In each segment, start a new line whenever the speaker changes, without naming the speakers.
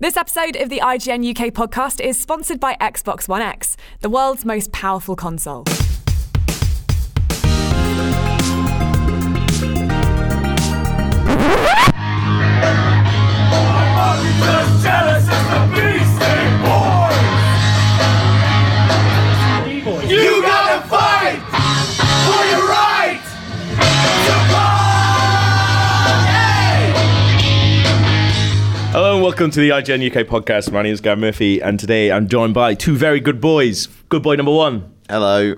This episode of the IGN UK podcast is sponsored by Xbox One X, the world's most powerful console.
You gotta fight for your right
Hello and welcome to the IGN UK podcast. My name is Gary Murphy, and today I'm joined by two very good boys. Good boy number one,
Hello.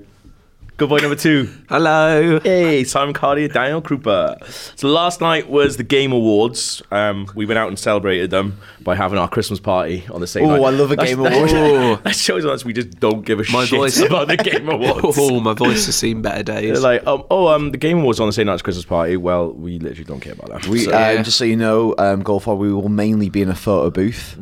good boy number two.
Hello.
Hey, Simon Cardi and Daniel Krupa. So last night was the Game Awards. Um, we went out and celebrated them by having our Christmas party on the same night.
Oh, I love a
That's-
Game Award.
That, shows us we just don't give a
My
shit
voice.
about the Game Awards.
Oh, my voice has seen better
They're
days.
like, um, oh, um, the Game Awards on the same night as Christmas party. Well, we literally don't care about that.
We,
So-
yeah.
um, just so you know, um, Golf Hub, we will mainly be in a photo booth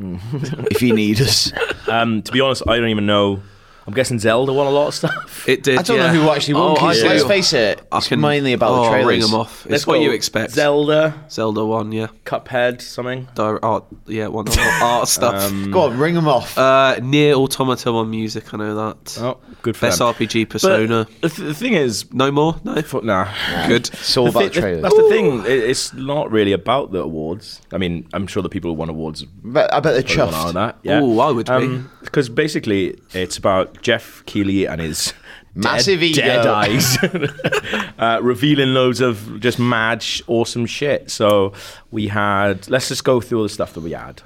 if you need us.
um, to be honest, I don't even know. I'm guessing Zelda won a lot of stuff.
it did.
I don't
yeah.
know who actually won.
Oh, I
'cause
do.
let's face it,
I
it's
can-
mainly about
oh,
the
I'll
trailers.
ring 'em off. It's what
go
you expect.
Zelda.
Zelda one, yeah.
Cuphead, something.
Dire art, yeah, one of the art stuff.
Um,
Go on, ring them off.
uh, near Automata one music. I know that.
Oh, good for
Best
them.
RPG Persona.
But the, th- the thing is,
no more. No.
fu- nah.
Good.
it's all
The
about
thi-
trailers.
that's the thing. i- It's not really about the awards. I mean, I'm sure the people who won awards
But I bet they're
probably won out on
chuffed.
that. Yeah.
Ooh, I would be.
Because basically, it's about Jeff Keighley and his
Massive
dead,
ego.
dead eyes uh, revealing loads of just mad, sh- awesome shit. So we had. Let's just go through all the stuff that we had.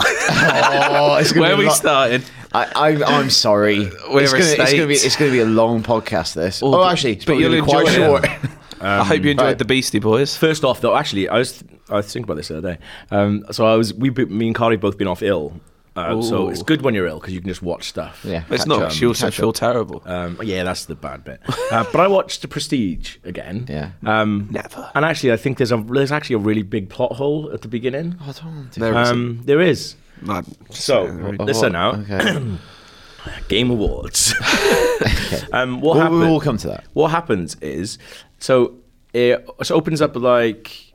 Oh, it's gonna
Where
be
we
lo-
started?
I, I, I'm sorry.
We're
it's,
a
gonna, it's gonna be
state.
it's gonna be a long podcast. This. Oh,
but-
actually, it's
but
probably
you'll
gonna be quite
enjoy
short.
it. I hope you enjoyed
right.
the Beastie Boys.
um, First off, though, actually, I was I was thinking about this the other day. Um, so I was we me and Cardi both been off ill. Uh, so
Ooh.
it's good when you're ill because you can just watch stuff.
yeah,
It's
catch
not.
up,
she also
catch
feel
up.
terrible.
Um, yeah, that's the bad bit. Uh, but I watched The Prestige again.
Yeah.
Uh,
Um,
Never.
and actually, I think there's a there's actually a really big plot hole at the beginning.
I don't-
There is.
Um, there is.
Like, uh,
So
Oh,
listen now,
Okay.
Game Awards. um, what
we'll,
happened?
we'll come to that.
what happens is so it so opens up like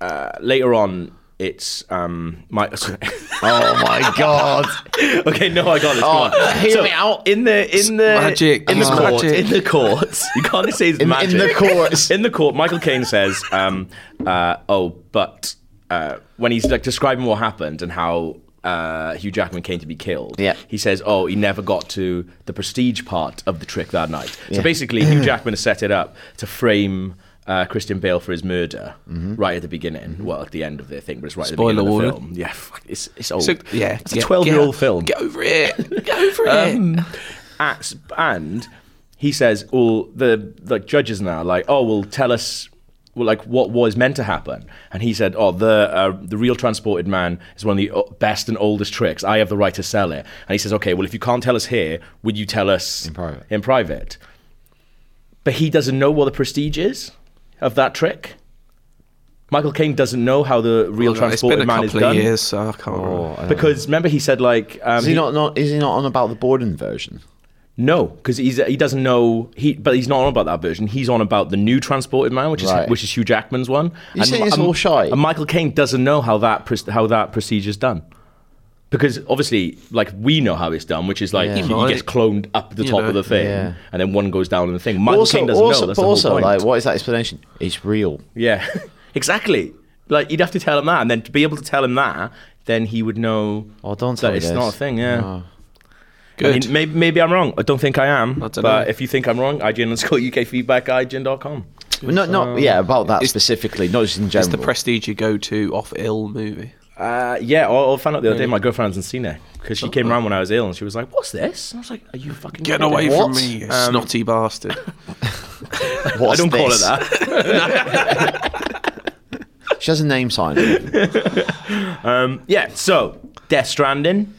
uh, later on it's um my
Oh my god.
okay no i got it come
Oh,
on.
hear
so
me out.
in the in the
magic,
in the
it's
court
magic.
in the court you can't say it's
In- in
magic
the courts.
in the court michael caine says um uh oh but uh when he's like describing what happened and how uh, Hugh Jackman came to be killed.
Yeah.
He says, "Oh, he never got to the prestige part of the trick that night."
Yeah.
So basically, Hugh Jackman has set it up to frame uh, Christian Bale for his murder right at the beginning. Well, at the end of the thing, but it's right
Spoiler
at the beginning
warning.
of the film. Yeah, fuck, it's it's old.
so, yeah,
it's
get-
a twelve-year-old
get-
film.
Get over it. Get over it.
At- and he says, "Well, the like judges now, like, oh, well, tell us." Well, like what was meant to happen, and he said, "Oh, the uh, the real transported man is one of the o- best and oldest tricks. I have the right to sell it." And he says, "Okay, well, if you can't tell us here, would you tell us in
private.
In private. But he doesn't know what the prestige is of that trick. Michael Caine doesn't know how the real
it's been
transported
a
man is
couple
done Oh,
of years, so I can't remember.
because remember he said like um,
Is he not, not? Is he not on about the Borden version?
No, because he's he doesn't know he, but he's not on about that version. He's on about the new transported man, which is
Right.
which is Hugh Jackman's one.
You say it's all shite.
And Michael Caine doesn't know how that pres- how that procedure's done, because obviously, like we know how it's done, which is like
Yeah.
he, he
Right.
gets cloned up the
You
top
know.
of the thing,
Yeah.
and then one goes down in the thing. Michael
also,
Caine doesn't
also,
know. That's
but
the whole
also,
point.
like, what is that explanation? It's real.
Yeah, exactly. Like you'd have to tell him that, and then to be able to tell him that, then he would know.
Oh, don't
that
tell me
it's
this.
not a thing. Yeah.
Oh.
I
Good.
mean, maybe, maybe I'm wrong. I don't think I am.
I
but
dunno.
if you think I'm wrong, IGN underscore UK feedback at IGN.com.
Well, not, not, yeah, about that specifically, not just in general.
It's the prestige you go to off ill movie.
Uh, yeah, I, I found out the other day my girlfriend hasn't seen it because she came around when I was ill and she was like, "What's this?" And I was like, "Are you fucking
Get
kidding
away
me?"
from
What?
me, you snotty bastard.
I
What's
don't call it
this?
that.
She has a name sign.
yeah. So Death Stranding.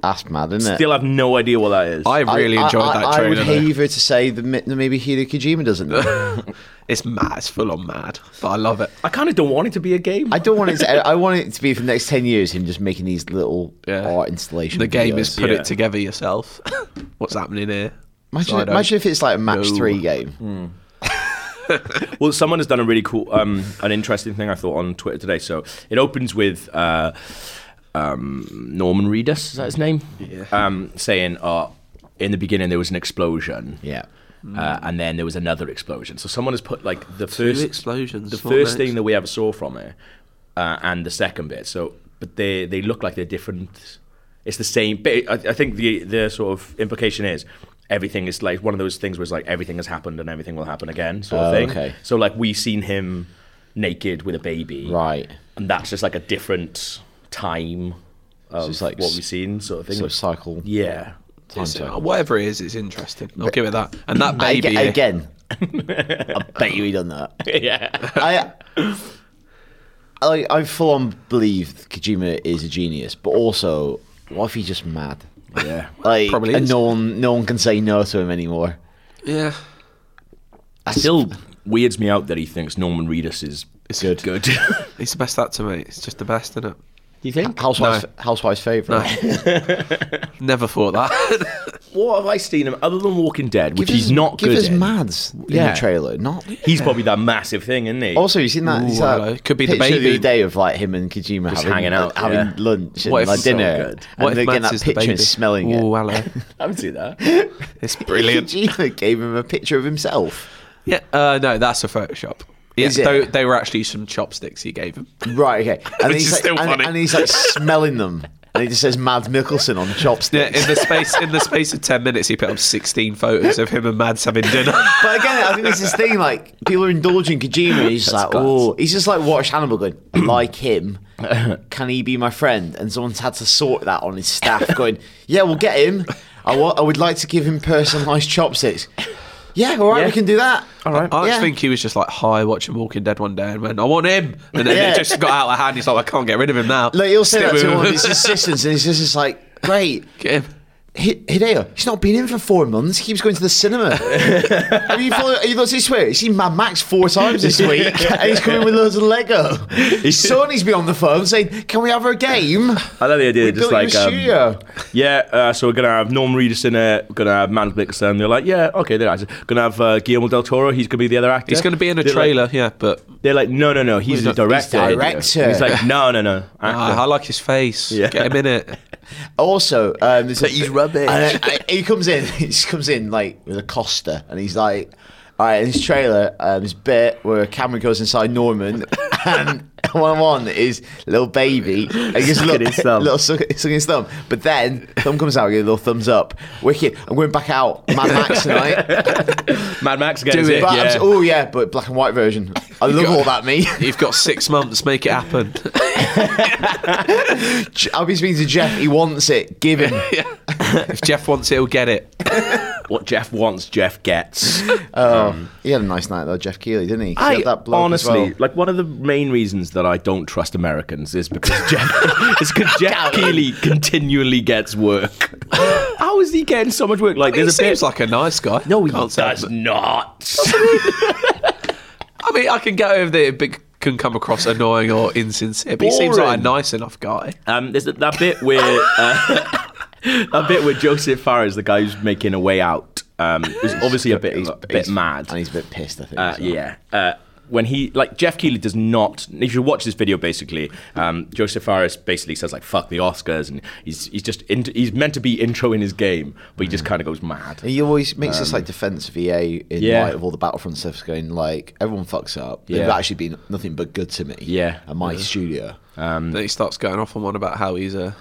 That's mad, isn't it?
Still have no idea what that is.
I really enjoyed
I,
that
I, I would
trailer. though.
haver to say that mi- that maybe Hideo Kojima doesn't. know.
It's mad. It's full on mad, but I love it.
I kind of don't want it to be a game.
I don't want it. To, I want it to be for the next ten years him just making these little
Yeah.
art installation.
The game
videos.
is put
Yeah.
it together yourself. What's happening here?
Imagine,
I don't
imagine if it's like a match
know.
three game.
Hmm. Well, someone has done a really cool, um, an interesting thing I thought on Twitter today. So it opens with uh, um, Norman Reedus, is that his name?
Yeah.
Um, saying, oh, in the beginning there was an explosion.
Yeah.
Uh, and then there was another explosion. So someone has put like the
Two
first
explosions,
the
what
first
next?
thing that we ever saw from it, uh, and the second bit. So, but they they look like they're different. It's the same. But I, I think the the sort of implication is everything is like one of those things where it's like everything has happened and everything will happen again, sort of
Oh,
thing.
okay.
So like we seen him naked with a baby,
Right.
And that's just like a different time of
it's like
what
s-
we've seen, sort of thing.
So cycle.
yeah.
Time
It's-
cycle.
whatever it is, it's interesting. I'll give it that. And that
I-
baby,
again. I bet you he done that.
yeah.
I, I, I full on believe Kojima is a genius, but also, what if he's just mad?
Yeah.
Like,
Probably
and
is.
no one, no one can say no to him anymore.
yeah,
It still weirds me out that he thinks Norman Reedus is
It's good.
Good.
it's the best actor, mate. It's just the best, isn't it?
You think housewives,
No.
housewives favorite?
Never thought that.
what have I seen him other than Walking Dead, which
Give
he's
us-
not
give
good
us
in?
Mads in
Yeah.
the trailer. Not
He's probably that massive thing, isn't he?
also you seen that,
Ooh,
you saw that
hello. Could be the
picture the
baby.
other day of like him and Kojima
Just
having,
hanging out,
having
yeah.
lunch and
What if-
like
so
dinner,
good.
and then getting
Mads
that
is the
picture
baby?
and smelling
Ooh,
it.
hello.
I haven't seen that.
It's brilliant.
Kojima gave him a picture of himself.
yeah, uh, no, that's a Photoshop. Yeah,
Is it?
tho- they were actually some chopsticks he gave him.
Right, okay. And,
Which
he's
is
like,
still
and,
funny.
and he's like smelling them. And it just says Mads Mikkelsen on
Yeah,
chopsticks.
in the space in the space of ten minutes, he put up sixteen photos of him and Mads having dinner.
But again, I think this is the thing, like, people are indulging Kojima. He's just like,
class.
oh, he's just like watched Hannibal going, "I like him, can he be my friend? And someone's had to sort that on his staff, going, yeah, we'll get him. I wa- I would like to give him personalised chopsticks. Yeah, all right,
Yeah.
we can do that.
All right.
I
Yeah.
think he was just like high watching Walking Dead one day and went, "I want him," and then
Yeah.
it just got out of hand. He's like, "I can't get rid of him now."
Like, he'll say
Stick
that
with
to
him.
one of his assistants, and his assistant's like, great.
Get him.
Hi- Hideo, he's not been in for four months. He keeps going to the cinema. have you followed, have you looked at his Twitter? He's seen Mad Max four times this week, and he's coming with loads of Lego. His son, he's been on the phone saying, "Can we have a game?"
I love the idea,
We
just
built you a
like, um,
studio.
yeah, uh, so we're going to have Norman Reedus in it, we're going to have Mads Mikkelsen. They're like, yeah, okay, they're Going to have uh, Guillermo del Toro, he's going to be the other actor.
He's going to be in a
They're like-
trailer, yeah. But
they're like, no, no, no, he's the
not-
he's
director. Hideo."
director.
He's like, no, no, no,
ah,
actor.
I like his face. Get him in it.
Also, um, there's a-
he's rubbish.
and I- I- he comes in. He just comes in like with a Costa, and he's like, "All right." In his trailer, um, this bit where Cameron goes inside Norman, and one on one is little baby. And he gives a
Sucking
little,
his thumb.
little suck, sucking his thumb. But then thumb comes out, gives a little thumbs up. Wicked. I'm going back out. Mad Max tonight.
Mad Max again.
Do
is
it.
it?
But
yeah.
I'm s- oh yeah, but black and white version. I love all that me.
You've got six months. Make it happen.
I'll be speaking to Jeff. He wants it. Give him.
if Jeff wants it, he'll get it.
What Jeff wants, Jeff gets.
Oh, he had a nice night though, Jeff Keeley, didn't he? 'Cause
Hmm.
he
I
had that bloke as
honestly
well.
like one of the main reasons that I don't trust Americans is because Jeff is because Jeff Keeley continually gets work. How is he getting so much work? Like
He
there's a bit
seems like a nice guy.
no, he
Can't say
does not.
I mean, I can get over that it be- can come across annoying or insincere, but he seems like a
Boring.
nice enough guy.
Um, there's that, that bit where uh, that bit where Joseph Farr is the guy who's making a way out. Um, is obviously a bit
He's-
a bit
he's-
mad.
and he's a bit pissed. I think.
Uh,
as well.
yeah. Uh, when he like Jeff Keighley does not. If you watch this video, basically, um, Joseph Faris basically says like "fuck the Oscars" and he's he's just in, he's meant to be intro in his game, but he
Mm.
just kind of goes mad.
He always makes this like defense of EA in
Um, yeah.
light of all the Battlefront stuffs going like everyone fucks up. They've
Yeah.
actually been nothing but good to me.
Yeah.
and my studio.
Then he starts going off on one about how he's a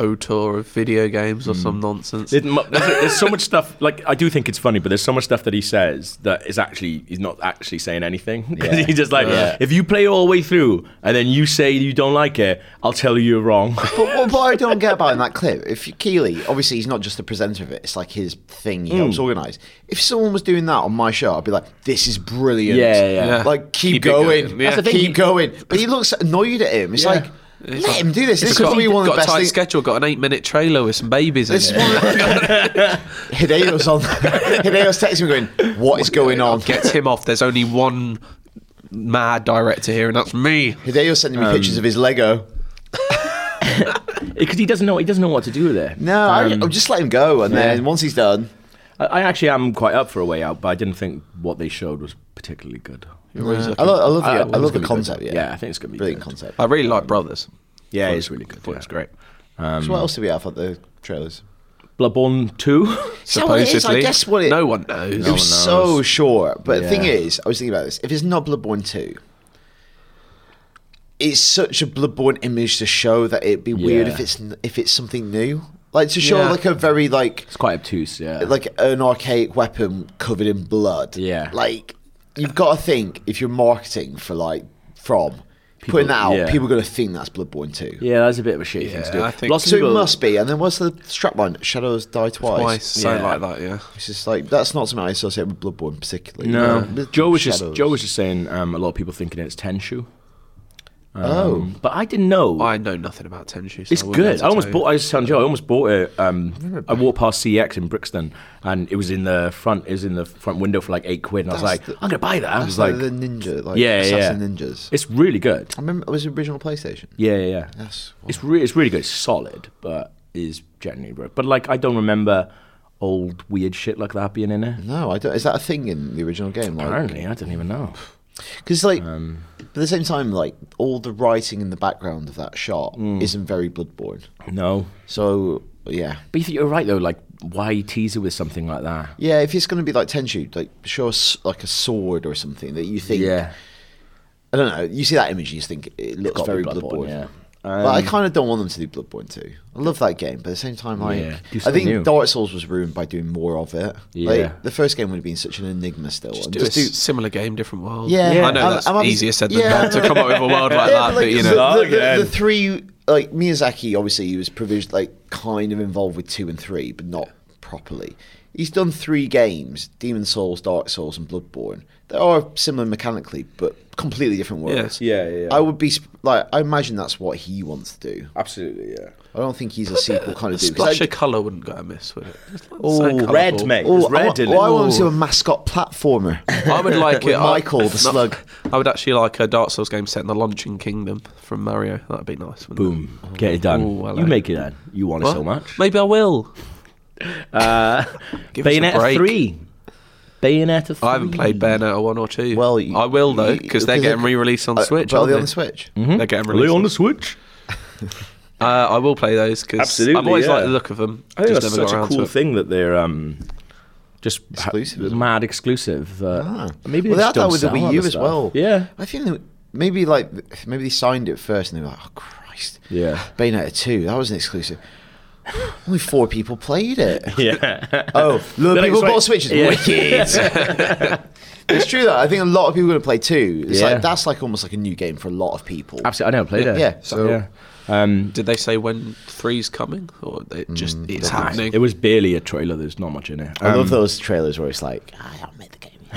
auteur of video games
Hmm.
or some nonsense.
It mu- there's, there's so much stuff. Like I do think it's funny, but there's so much stuff that he says that is actually he's not actually saying anything. 'Cause
Yeah.
he's just like,
Yeah.
if you play all the way through and then you say you don't like it, I'll tell you you're wrong.
but what, what I don't get about in that clip, if Keeley, obviously he's not just the presenter of it, it's like his thing he helps
Mm.
organise. If someone was doing that on my show, I'd be like, this is brilliant.
Yeah, yeah.
Yeah.
Like, keep,
Keep it
going.
going. That's the
Keep
thing, he-
going. But he looks annoyed at him. It's
Yeah.
like, let him do this. This
He's
could be one of the
got a
best
tight
things.
schedule, got an eight minute trailer with some babies in
This
it.
one Hideo's on. Hideo's texting me going, "What is going on?"
Gets him off. There's only one mad director here, and that's me.
Hideo's sending me pictures of his Lego.
Because he doesn't know he doesn't know what to do with it.
No, I, I'll just let him go, and then once he's done,
I, I actually am quite up for a way out, but I didn't think what they showed was particularly good.
I, lo- I love, the, I,
it's
love the
gonna be
concept.
good.
Yeah,
Yeah, I think it's gonna be
brilliant
good.
concept.
I really like Brothers.
Yeah,
Thought
it's really good.
Thought it was great. Um,
so what else do we have at the trailers?
Bloodborne Two.
So what it is, I guess what it.
no one knows.
It was so short. But the thing
Yeah.
is, I was thinking about this. If it's not Bloodborne 2, it's such a Bloodborne image to show that it'd be weird
Yeah.
if it's n- if it's something new. Like to show
Yeah.
like a very like
it's quite obtuse. Yeah.
like an archaic weapon covered in blood.
Yeah.
Like you've got to think if you're marketing for like from putting that out,
yeah.
people are going to think that's Bloodborne 2.
yeah, that's a bit of a shitty thing
Yeah,
to do.
I think-
Lots of
So it
people-
must be. And then what's the strapline? Shadows die twice.
Twice, something
Yeah.
like that, yeah.
It's just like that's not something I associate with Bloodborne particularly.
No,
With
Joe was just
shadows.
Joe was just saying um, a lot of people thinking it's Tenshu,
oh,
but I didn't know.
I know nothing about Tenchu. So
it's
wouldn't be able
good.
to
I almost
tell
bought. I was telling Joe, I almost bought it. Um, I walked past CX in Brixton, and it was in the front. It was in the front window for like eight quid, and I was
That's
like,
the-
I'm gonna buy that. I
That's
was
like
like,
the ninja, like
Yeah,
assassin
yeah.
ninjas.
it's really good.
I remember it was the original PlayStation.
Yeah, yeah, yeah.
Yes.
It's re- it's really good. It's solid, but is genuinely broke. But like, I don't remember old weird shit like that being in it.
No, I don't. Is that a thing in the original game? Like,
Apparently, I didn't even know.
because like,
Um,
but at the same time, like all the writing in the background of that shot
Mm.
isn't very Bloodborne.
No,
So yeah,
but you think you're right though. Like, why tease it with something like that?
yeah. If it's going to be like Tenchu, like show us like a sword or something that you think.
Yeah.
I don't know. You see that image, and you just think it looks
gotta be
very Bloodborne.
Bloodborne, yeah. Um,
But I kind of don't want them to do Bloodborne too. I love that game, but at the same time, like
Yeah, do
I
something
think
new.
Dark Souls was ruined by doing more of it.
Yeah.
Like the first game would have been such an enigma still.
you.
and
Do a
just do-
s- similar game, different world.
Yeah. Yeah.
I know
I'm-
that's
I'm having-
easier said than
Yeah,
done
I'm-
to come up with a world like
yeah,
that,
but, like,
but you
the,
know,
the-
Start
the-
again.
the three like Miyazaki obviously he was provisioned like kind of involved with two and three, but not properly. He's done three games: Demon Souls, Dark Souls, and Bloodborne. They are similar mechanically, but completely different worlds.
Yeah, yeah, yeah.
I would be sp- like, I imagine that's what he wants to do.
Absolutely, yeah.
I don't think he's a sequel kind of dude. 'cause
splash
I-
of colour wouldn't go amiss with it. Just like
Oh,
something
red,
colourful.
mate.
Oh,
There's
I,
red
want-
in
oh,
it.
I want to see a mascot platformer.
I would like
With
it. I-
Michael the
not-
Slug.
I would actually like a Dark Souls game set in the Luncheon Kingdom from Mario. That'd be nice. wouldn't
Boom. Get it done.
Ooh, hello.
you make it done. You want
it?
it so
What?
much. Uh,
Maybe I will. Give us a
Bayonetta
break.
3. Bayonetta 3.
I haven't played Bayonetta one or two.
Well, you-
I will though because they're
because
getting
they-
re-released on
Uh,
Switch.
but are
aren't
they on
they? Mm-hmm.
the Switch?
They're getting
Play
released.
on the Switch.
uh, I will play those because
Absolutely,
I've always
yeah.
liked the look of them.
I think
Just
that's
never got
such a
around to
cool
it.
thing that they're um, just ha-
Exclusive, isn't it?
mad exclusive. Uh,
Ah.
Maybe
well,
they just
they had that
don't
with the
sell
Wii
other
U as
stuff.
well.
Yeah.
I think they, maybe like maybe they signed it first and they were like, oh Christ,
Yeah.
Bayonetta two, that was an exclusive. Only four people played it.
Yeah.
Oh, a lot of
Like,
people
sorry.
bought Switches.
Yeah.
Wicked. it's true though. I think a lot of people are going to play two. It's
Yeah.
like that's like almost like a new game for a lot of people.
Absolutely. I never played it.
Yeah, so-
Um,
Did they say when three's coming or they just it's happening?
it was barely a trailer. There's not much in it.
I
Um,
love those trailers where it's like, I don't make the game.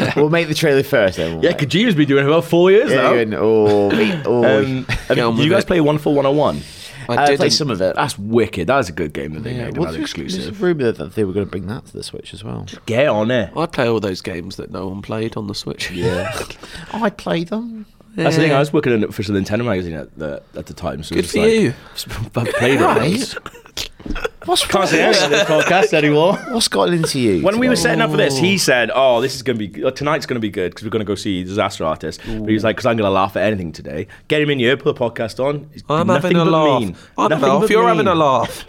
yet." we'll make the trailer first. Then we'll
Yeah,
make-
Kojima's been doing it about four years
Yeah,
now.
and- oh, we- oh,
Um, have
on
you
with
guys
it.
play One for 101?
I
didn't-
played some of it.
That's wicked. That is a good game that they
Yeah,
made.
well,
another
there's- There's
exclusive.
a rumor that they were going to bring that to the Switch as well.
Get on it.
I play all those games that no one played on the Switch. Yeah,
I play them.
That's the thing.
Yeah.
I was working on an official Nintendo magazine at the at the time. So
Good
it's
for
like,
you.
I've played it.
Right. What's
Can't say anything on this podcast anymore.
What's gotten into you?
When we were
today?
setting up for this, he said, "Oh, this is going to be uh, tonight's going to be good because we're going to go see Disaster Artist." But he was like, "Because I'm going to laugh at anything today." Get him in here, put the podcast on. He's
I'm
nothing
having
but
a laugh.
mean.
I'm
Nothing
having a laugh.
but
You're
mean.
having a laugh.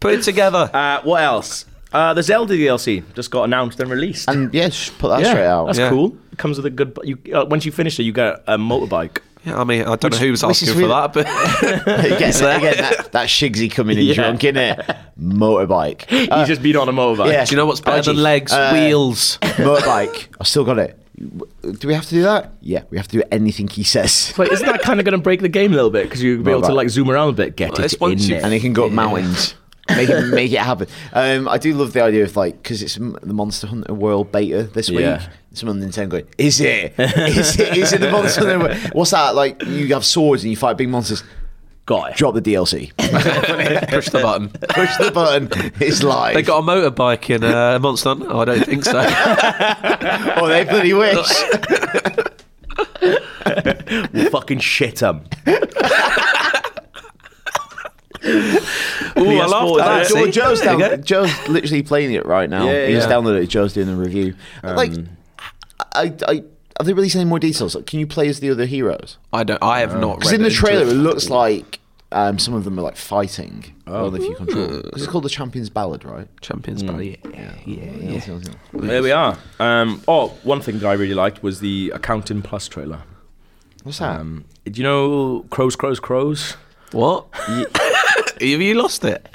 Put it together.
Uh, what else? Uh, the Zelda DLC just got announced and released.
and yeah, just put that straight out.
That's
Yeah.
cool. It comes with a good. bu- You, uh, once you finish it, you get a motorbike.
yeah, I mean, I don't know who was
which is
asking
really-
for that, but
again, again, that, that Shigsy coming in
Yeah.
drunk in it. Motorbike. Uh,
He's just been on a motorbike.
yeah.
do you know what's better
Budgie.
than legs?
Uh,
Wheels.
motorbike. I still got it. Do we have to do that? Yeah, we have to do anything he says.
But isn't that kind of going to break the game a little bit? Because you'll be able to
Motorbike.
like zoom around a bit, get
Well, it's
it in
once you-
there.
and they can go up mountains. Make it, make it happen. Um, I do love the idea of like because it's m- the Monster Hunter World beta this
Yeah.
week. Someone on Nintendo going, is it? Is it? Is it the Monster Hunter? World? What's that? Like you have swords and you fight big monsters.
Got it.
Drop the DLC.
Push the button.
Push the button. It's live.
They got a motorbike in uh, Monster Hunter? I don't think so.
oh, they bloody wish.
fucking shit him.
Ooh, I
PS4, is
laughed at
Uh,
that.
it?
Joe-
see?
Joe's,
There you
down,
go.
Joe's literally playing it right now.
Yeah, Um,
he just
yeah.
downloaded it. Joe's doing the review. like, I, I, Have they released any more details? Like, can you play as the other heroes?
I don't. I have not
Because
read
in the
into
trailer,
it.
it looks like um, some of them are like fighting. Oh, if you control. 'Cause it's called the Champions Ballad, right?
Champions Valley. Yeah, yeah, yeah.
There we are. Um, oh, one thing that I really liked was the Accountant Plus trailer.
What's that?
Um, do you know Crows, Crows, Crows?
What? Have you lost it?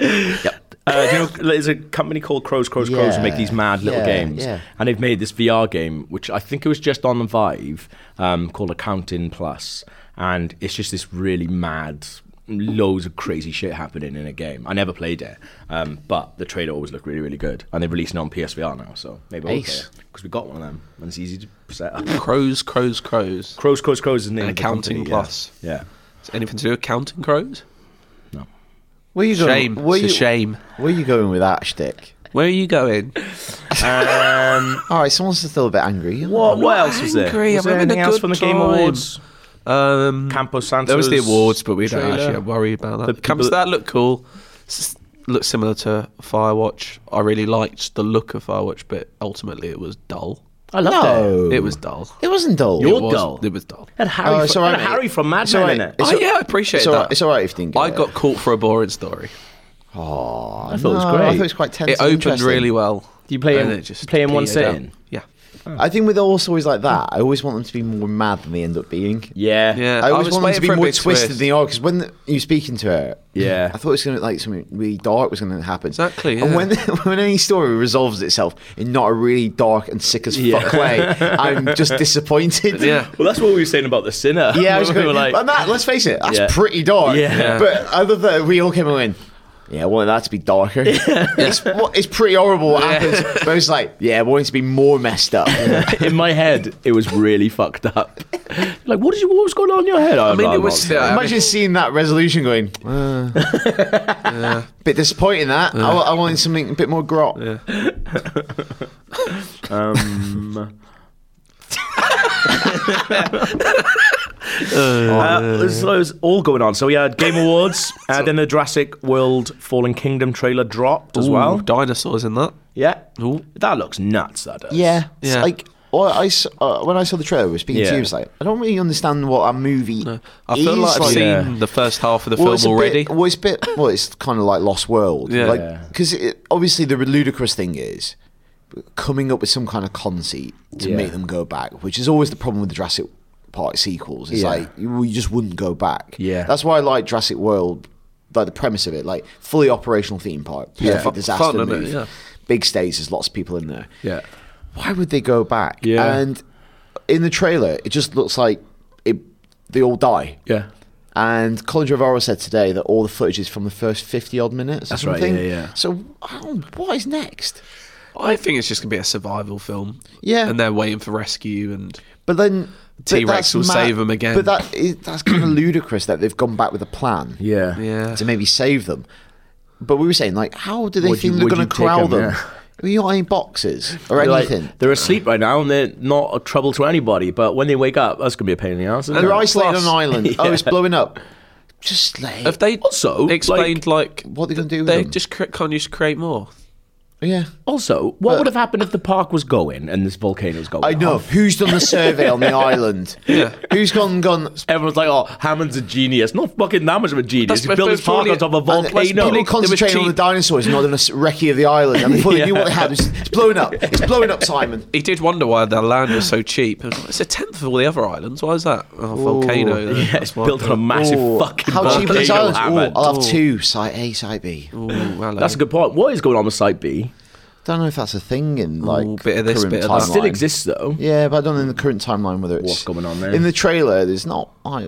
Uh, do you know, there's a company called Crows, Crows, Crows who make
Yeah,
these mad little
yeah,
games.
yeah.
And they've made this VR game, which I think it was just on Vive, um, called Accounting Plus. And it's just this really mad, loads of crazy shit happening in a game. I never played it, um, but the trailer always looked really, really good. And they're releasing it on PSVR now, so maybe I'll
Ace.
Because we got one of them, and it's easy to set up.
Crows, crows, crows.
Crows, Crows, Crows is the name of the
Accounting
company,
Plus.
Yeah. yeah.
Is it anything to do with counting crows?
Where you
Shame.
Where
It's a
you,
shame.
Where you going with that shtick?
Where are you going?
All right, someone's still a bit angry.
What, what else was there?
angry,
Was
I'm
there
having
anything
a
else
good
from the Game
time.
Awards?
Um,
Campos Santos.
there was the awards, but we don't
trailer.
actually worry about
The
that. Camps
people-
that looked cool. S- Looked similar to Firewatch. I really liked the look of Firewatch, but ultimately it was dull.
I love
No,
It was dull.
It wasn't dull.
You're
it was,
dull.
It was dull.
Had Harry,
Oh,
from,
it's all right,
had
mate.
Harry from Mad
It's
Men
all
in
right.
it.
It's
oh
all-
yeah, I appreciate
it's
that.
all right- it's all right if you didn't get
I
it.
got caught for a boring story.
Oh,
I thought it was great.
I thought it was quite tense.
it
and
opened
interesting.
really well.
Do you play
and
in-
it just
play in one
petered out.
sitting?
Yeah.
I think with all stories like that, I always want them to be more mad than they end up being.
Yeah.
Yeah.
I always want
Uh, was
them
waiting
to be
for a
more
big
twisted
twist.
than they are. Because when the, you're speaking to her,
Yeah.
I thought it was going to like something really dark was going to happen.
Exactly,
And
yeah.
when when any story resolves itself in not a really dark and sick as fuck way, I'm just disappointed.
Yeah.
Well, that's what we were saying about the sinner.
Yeah, I
we
was
were
going,
like,
and that, let's face it, that's
Yeah.
pretty dark.
Yeah.
Yeah.
But other than we all came and went, yeah, I wanted that to be darker. it's, well, it's pretty horrible what happens. But it's like, yeah, I want it to be more messed up.
in my head, it was really fucked up. Like, what did you? What was going on in your head? I,
mean,
I'm
it
not
was-
sure.
yeah.
Imagine seeing that resolution going, uh, bit disappointing that. I, I wanted something a bit more grot.
Uh, there's- so it was all going on. So we had Game Awards, and then the Jurassic World Fallen Kingdom trailer dropped as
Ooh,
well.
dinosaurs in that.
Yeah.
Ooh.
That looks nuts. That does.
Yeah, it's
Yeah.
like well, I s- uh, when I saw the trailer, I was speaking to
Yeah.
you. It's like I don't really understand what a movie.
I feel
is.
like I've seen
Yeah.
the first half of the
well, it's a
film already.
Bit, well, it's a bit. Well, it's kind of like Lost World.
Yeah.
Yeah.
like because obviously the ludicrous thing is coming up with some kind of conceit to
Yeah.
make them go back, which is always the problem with the Jurassic Park sequels. It's
Yeah.
like you, well, you just wouldn't go back.
Yeah.
that's why I like Jurassic World. Like the premise of it, like fully operational theme park, perfect
Fu-
disaster
fun, isn't it?
move,
Yeah.
big stage. There's lots of people in there
Yeah.
why would they go back?
Yeah.
And in the trailer, it just looks like it, they all die.
Yeah.
And Colin Trevorrow said today that all the footage is from the first 50 odd minutes or
That's right,
something.
yeah, yeah.
So I don't- what is next?
I think it's just gonna be a survival film.
Yeah.
and they're waiting for rescue and
But then but
T-Rex
that's
will save 'em again.
But that is, that's kind of ludicrous that they've gone back with a plan
Yeah.
yeah.
to maybe save them. But we were saying, like, how do they
Would you-
think they're
would
going
you
to
take
corral
'em,
them?
yeah.
We don't have any boxes or
They're, like-
anything.
they're asleep right now and they're not a trouble to anybody. But when they wake up, that's gonna be a pain in the ass. isn't
They're
it?
isolated on
Plus-
an island. Oh, it's
Yeah.
blowing up. Just like
If they
Also,
explained like,
what they're going to do with
they
them?
just cre- can't just create more.
yeah.
Also, what would have happened if the park was going and this volcano was going?
I know.
off?
Who's done the survey on the island?
Yeah.
Who's gone and gone?
Everyone's like, "Oh, Hammond's a genius." Not fucking that much of a genius.
That's
He
my
built his
first
park on
thought.
top of a
And
volcano.
people concentrating on the
cheap-
dinosaurs, not on the s- wrecky of the island. And before they knew what they had, it was, it's blowing up. It's blowing up, Simon.
He did wonder why their land was so cheap. It was like, it's a tenth of all the other islands. Why is that? Oh, volcano.
Ooh.
there.
yeah, it's
That's why.
built on a massive
Ooh,
fucking
how cheap are these
volcano,
islands?
Hammond.
Ooh, I'll have two, site A, site B.
Ooh, hello.
That's a good point. What is going on with Site B?
Don't know if that's a thing in like
bit of this,
current
bit of
timeline.
that.
It still exists though.
Yeah, but I don't know in the current timeline whether it's
What's going on there?
In the trailer, there's not. I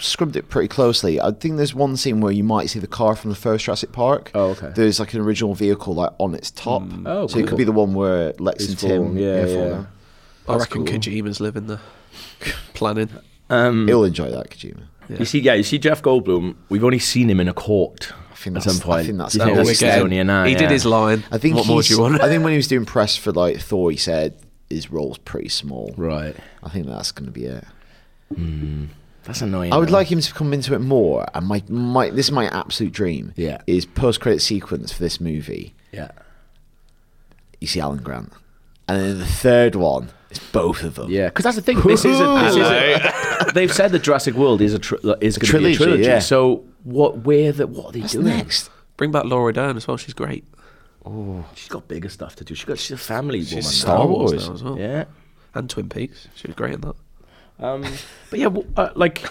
scrubbed it pretty closely. I think there's one scene where you might see the car from the first Jurassic Park.
Oh, okay.
There's like an original vehicle like on its top.
Oh,
so it could
cool.
be the one where Lex
It's
and Tim.
falling, yeah,
fall
yeah.
down.
I reckon Kojima's living there, planning.
Mm.
He'll enjoy that, Kojima.
You see, yeah, you see Jeff Goldblum. We've only seen him in a court
think
at
that's-
some point.
I think that's
Do you
how
think
we
that's
get
his
him.
only an eye,
he did
yeah.
his line.
I think.
What more do you
he's-
want?
I think when he was doing press for like Thor, he said his role's pretty small.
Right.
I think that's going to be it.
That's annoying.
I would
though.
like him to come into it more. And my, my this is my absolute dream.
Yeah.
Is post credit sequence for this movie.
Yeah.
you see Alan Grant. And then the third one, It's both of them.
Yeah, because that's the thing. This is a, this is a, they've said that Jurassic World is a tr- is going to be a
Trilogy,
trilogy.
yeah.
So what? Where the what are they
What's
doing?
next?
Bring back Laura Dern as well. She's great.
She's got bigger stuff to do. She got she's a family woman.
She's
now.
Star Wars,
Wars.
now as well.
Yeah.
And Twin Peaks. She was great in that.
Um, but yeah, w- uh, like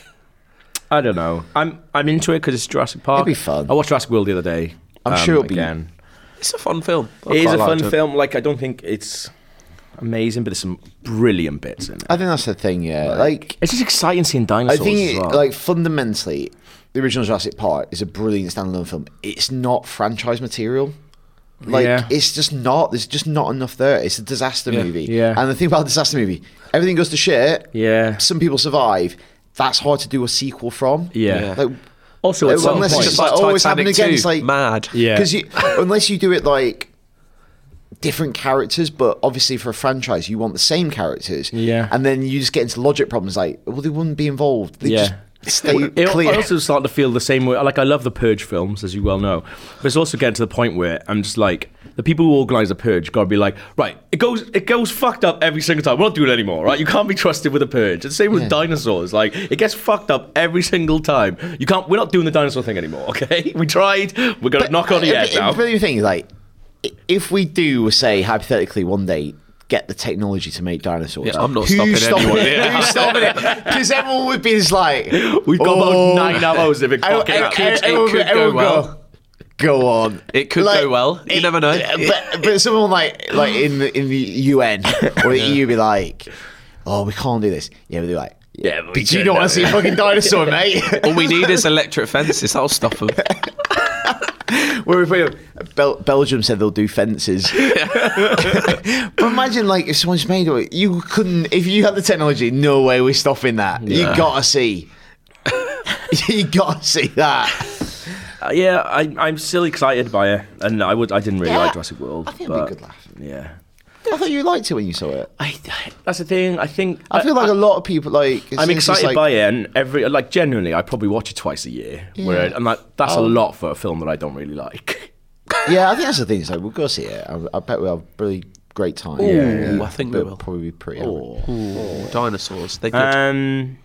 I don't know. I'm I'm into it because it's Jurassic Park.
It'd be fun.
I watched Jurassic World the other day. um,
I'm sure it'll be-
again.
It's a fun film. I
It is
quite
a
liked
fun
it.
film. Like I don't think it's amazing, but there's some brilliant bits in it.
I think that's the thing. Yeah, like
It's just exciting seeing
I
dinosaurs.
think,
as
it,
well.
like fundamentally, the original Jurassic Park is a brilliant standalone film. It's not franchise material. Like
Yeah.
it's just not. There's just not enough there. It's a disaster
Yeah.
movie.
Yeah.
And the thing about a disaster movie, everything goes to shit.
Yeah.
Some people survive. That's hard to do a sequel from.
Yeah.
Like
also at
Well,
some
unless
point,
it's just
It's just
like,
like
oh, it's
Titanic
happening again,
too.
it's like-
mad.
Yeah.
because you unless you do it like different characters, but obviously for a franchise you want the same characters.
Yeah.
And then you just get into logic problems like, well, they wouldn't be involved. They
Yeah.
just stay
It al-
clear.
I also start to feel the same way. Like I love the Purge films, as you well know, but it's also getting to the point where I'm just like the people who organise the Purge got to be like, right, it goes, it goes fucked up every single time. We're not doing it anymore, right? You can't be trusted with a Purge. It's the same with dinosaurs. Like it gets fucked up every single time. You can't. We're not doing the dinosaur thing anymore. Okay, we tried. We're gonna knock on the
Uh,
head now.
But the thing is, like, i- if we do, say, hypothetically, one day get the technology to make dinosaurs,
Yeah, I'm not stopping
who's
anyone.
It?
Yeah.
Who's stopping it? Because everyone would be just like,
We've got
"Oh."
about nine hours if it
I-
fucking
I-
happens.
could- it
everyone-
could go
everyone
well.
Go on.
It could go well. You never know.
But, but someone like like in the in the UN or the EU be like, oh, we can't do this. Yeah, but they're like,
Yeah, but we
did you
could,
not want
though."
to see a fucking dinosaur, mate?
All we need is electric fences. That'll stop them.
Where if we, Bel- Belgium said they'll do fences. but imagine like if someone's made it, you couldn't. If you had the technology, no way we're stopping that. You gotta see. you gotta see that.
Uh, yeah, I, I'm still excited by it, and I would, I didn't really
Yeah,
like Jurassic World.
I think it'd be a
but-
good laugh.
Yeah.
I thought you liked it when you saw it.
I, that's the thing. I think
I feel like a lot of people like. it's-
I'm
it's just
excited
like,
by it, and every like genuinely, I probably watch it twice a year. Where
Yeah.
and that, that's
Oh.
a lot for a film that I don't really like.
Yeah, I think that's the thing. It's like we'll go see it. I, I bet we'll have a really great time. Yeah,
I think we
But
will.
probably be pretty. average.
Dinosaurs. They good.
Um,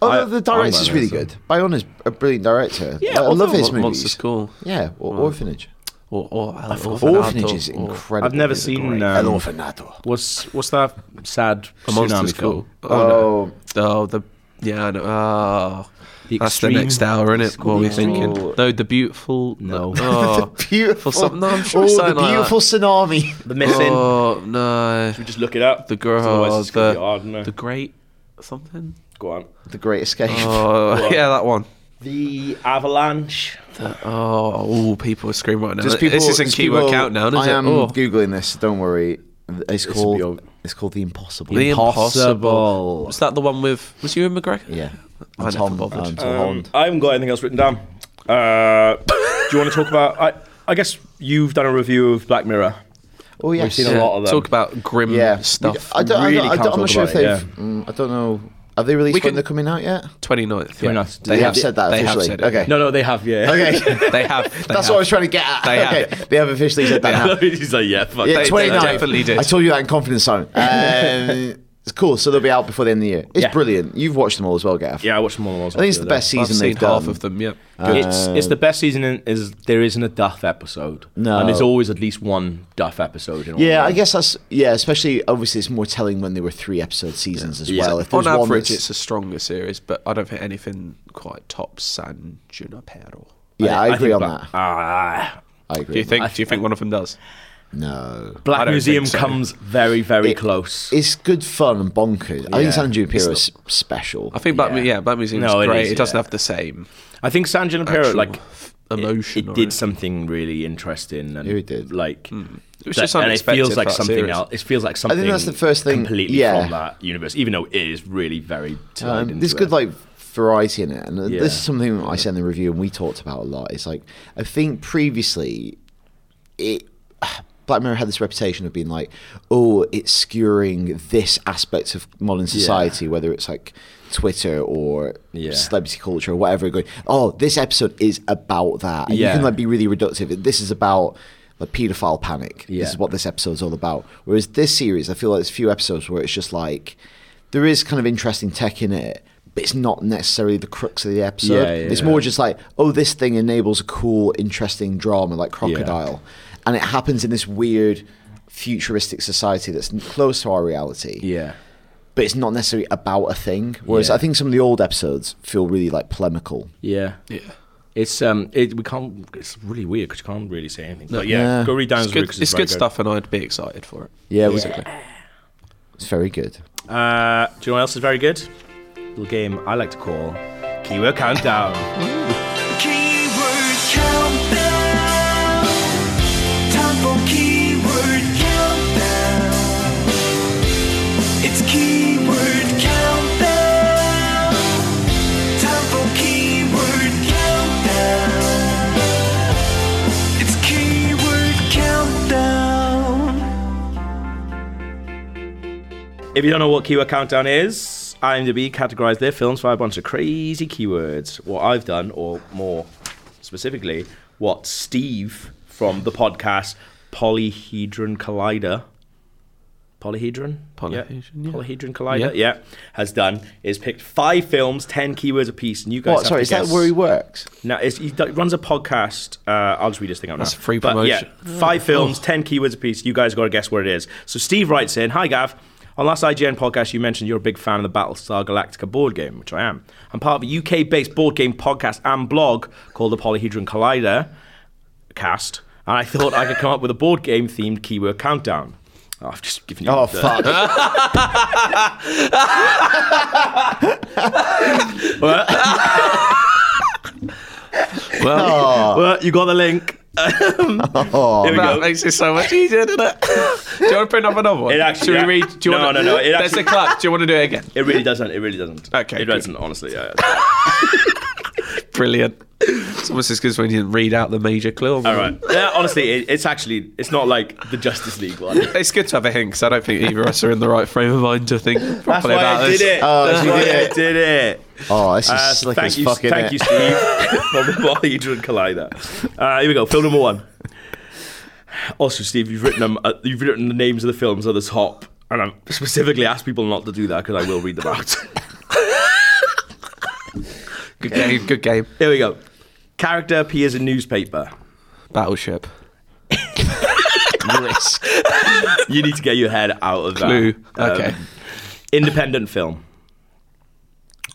Although
I-
Oh, the director's
I'm
really
gonna-
good. Bayonna's a brilliant director.
Yeah,
Like, I
although
love his
Mon- Monster
movies.
School.
Yeah, or Orphanage.
Or, or El Orphanado,
Orphanage is
or-
incredible.
I've never
It's
seen
great.
um,
El Orfanato.
What's what's that sad
A Monster
tsunami
School.
film?
Oh,
Oh,
no. oh, the yeah, I know. Oh,
The
that's the
Extreme.
next hour, isn't
It's
it? What
called
are
The
we
Extreme.
thinking? No, the beautiful.
No.
Oh,
beautiful.
some- no, I'm sure
oh,
it's
the
something like that.
beautiful tsunami.
The missing.
oh no,
Just look it up.
the girl,
Otherwise it's gonna
the,
be hard, isn't it?
the great something.
Go on.
The Great Escape.
Oh, yeah, that one.
The avalanche.
Oh, ooh, people are screaming right now.
Just people,
this isn't
just
keyword
people-
countdown, is
I
it?
am
oh.
googling this. Don't worry. It's
will be
called.
on-
It's called the Impossible.
The
Impossible.
Impossible. Was that the one with? Was you in McGregor?
yeah.
I never
Tom, um,
bothered.
Tom
Um,
Holland.
I haven't got anything else written down. Uh, do you want to talk about? I I guess you've done a review of Black Mirror.
Oh yes.
seen a lot of them.
Talk about grim
yeah
stuff.
I don't,
Really
I don't, I
can't
don't, I'm not
talk
sure if
about
they've.
it,
mm, I don't know. Have they released
We
when
can-
they're coming out yet?
29th. Yeah.
29th.
They
They
have
have said that
They have
officially.
said it.
Okay.
No, no, they have. Yeah.
Okay.
They have. They
That's
have.
what I was trying to get at.
They have.
okay. They have officially said that now.
He's like, yeah, fuck.
Yeah,
that.
they
29.
definitely did.
I told you that in confidence, Simon. Um, it's cool. So they'll be out before the end of the year. It's
Yeah.
brilliant. You've watched them all as well, Gaff.
Yeah, I watched them all.
I think it's the best
I've
season
seen
they've
half
done. Uh,
of them. Yeah.
It's it's the best season. In, is there isn't a Duff episode?
Um, No.
and there's always at least one Duff episode. In all
Yeah,
of
I
them.
guess that's yeah. Especially obviously, it's more telling when there were three episode seasons as well. If there
On
was one
average,
that's-
it's a stronger series, but I don't think anything quite tops San Junipero.
yeah, I,
think
agree on
Black-
that.
Ah,
I agree.
Do you
on that.
think? Do you think one of them does?
No.
Black
don't
Museum
think so.
comes very very
It-
close.
It's good fun and bonkers. I think
Yeah.
San Junipero is special.
I think Black.
Yeah.
Yeah, yeah Black Museum
No, it
is great. It,
is,
doesn't
yeah.
have the same
I think San Junipero
actual
like
f-
it-
emotion.
It,
or Hmm.
did something really interesting. And,
Yeah, it did.
Like.
It was
that-
just
and it
unexpected
feels like
for that
something
series.
else. It feels like something.
that's the first thing-
completely
yeah.
from that universe, even though it is really very. tied
Um,
into
there's
it.
good like variety in it, and uh,
Yeah.
this is something I said in the review, and we talked about a lot. It's like I think previously, it Black Mirror had this reputation of being like, oh, it's skewering this aspect of modern society, whether it's like Twitter or
Yeah.
celebrity culture or whatever. Going, oh, this episode is about that. And You
Yeah.
can like be really reductive. This is about the paedophile panic.
Yeah.
This is what this episode's all about. Whereas this series, I feel like there's a few episodes where it's just like there is kind of interesting tech in it, but it's not necessarily the crux of the episode.
Yeah, yeah,
it's
yeah.
more just like, oh, this thing enables a cool, interesting drama like Crocodile, and it happens in this weird futuristic society that's n- close to our reality
Yeah.
but it's not necessarily about a thing. Whereas
Yeah.
I think some of the old episodes feel really like polemical.
Yeah.
Yeah.
It's um, it, we can't. It's really weird because you can't really say anything. But yeah,
Yeah.
go read
It's
Down's Root
good,
'cause
it's
very
good stuff, and I'd be excited for it.
Yeah, we-
basically.
It's very good.
Uh, do you know what else is very good? Little game I like to call Keyword Countdown.
Keyword countdown. Time for keyword countdown. It's keyword countdown. Time for keyword countdown. It's keyword countdown.
If you don't know what Keyword Countdown is, IMDb categorized their films by a bunch of crazy keywords. What I've done, or more specifically, what Steve from the podcast Polyhedron Collider, Polyhedron?
Polyhedron,
yeah.
yeah.
Polyhedron Collider, yeah.
Yeah.
has done, is picked five films, ten keywords apiece, and you guys
What?
have
Sorry,
to
is
guess.
that where he works?
No, it's, he d- runs a podcast. Uh, I'll just read this thing out
That's
now.
free
But,
promotion. Mm. Oh.
yeah, five films, ten keywords apiece. You guys got to guess what it is. So Steve writes in, "Hi Gav, on last IGN podcast you mentioned you're a big fan of the Battlestar Galactica board game, which I am. I'm part of a UK-based board game podcast and blog called the Polyhedron Collider Cast, and I thought I could come up with a board game themed keyword countdown. Oh, I've just given you.
Oh
the-
fuck!
Well,
Well, you got the link.
Oh,
Here we
that
go.
makes it so much easier, doesn't it? do you want to print up another one?
It actually-
Should
yeah.
we read? Do you
No,
want
no, no, it
There's
actually-
a clap. Do you want to do it again?
It really doesn't. It really doesn't.
Okay,
It
good.
doesn't. Honestly, yeah. yeah.
Brilliant. It's almost as good as when you didn't read out the major clue.
All right. Yeah, honestly, it, it's actually it's not like the Justice League one.
It's good to have a hint because I don't think either of us are in the right frame of mind to think
That's
properly
why
about
I
this.
did it.
Oh,
That's
you
why
did
I did it.
oh, this is
Uh,
slick
thank
as
you,
fuck. innit?
thank you, Steve, from the Polyhedron Collider. Uh, here we go. Film number one. Also, Steve, you've written them. Uh, you've written the names of the films at the top, and I specifically asked people not to do that because I will read them out.
Good game. Good game.
here we go. Character appears in newspaper.
Battleship.
Risk.
You need to get your head out of that.
Clue.
Um,
Okay.
independent film.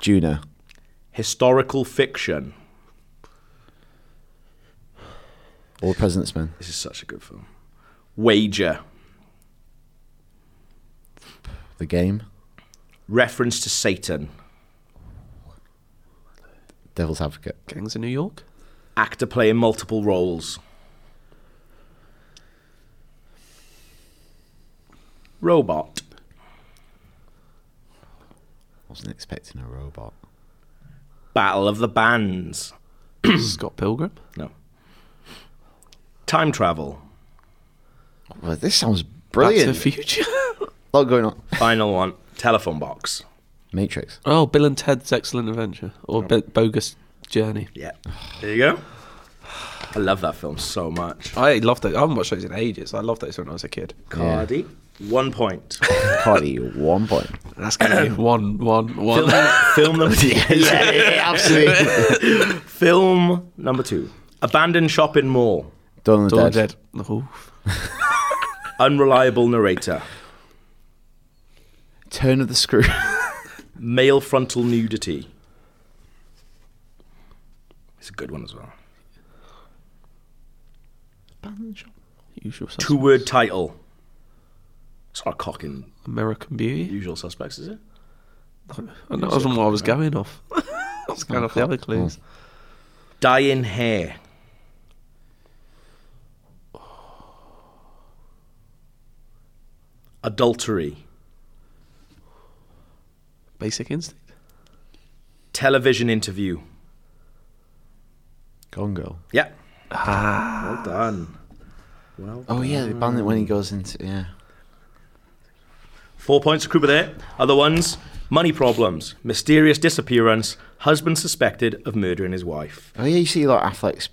Juno.
Historical fiction.
All the President's Men.
This is such a good film. Wager.
The Game.
Reference to Satan.
Devil's Advocate.
Gangs of New York.
Actor playing multiple roles. Robot.
Wasn't expecting a robot.
Battle of the Bands.
Scott Pilgrim.
No. Time travel.
Well, this sounds
Back to the
brilliant.
Future.
lot going on.
Final one. Telephone box.
Matrix.
Oh, Bill and Ted's Excellent Adventure or Bo- Bogus Journey.
Yeah. There you go. I love that film so much.
I loved it. I haven't watched those in ages. I loved those when I was a kid.
Cardi. One point.
Cardi. one point.
That's gonna be one, one,
film,
one.
film number
yeah, yeah, absolutely.
Film number two. Abandoned shopping mall.
Dawn of the
Dawn of
Dead.
Dead. Oof.
Unreliable narrator.
Turn of the Screw.
Male frontal nudity. It's a good one as well.
Usual suspects.
Two word title. It's not a cock in
American Beauty.
usual suspects, is it?
And that wasn't what I was going off. I was going off the other clues.
Dying hair. Adultery.
Basic Instinct.
Television interview.
Gongo.
Yeah. Well done. Well
Oh yeah, they banned it when he goes into yeah.
Four points to Krupa there. Other ones money problems, mysterious disappearance, husband suspected of murdering his wife.
Oh yeah, you see like Affleck's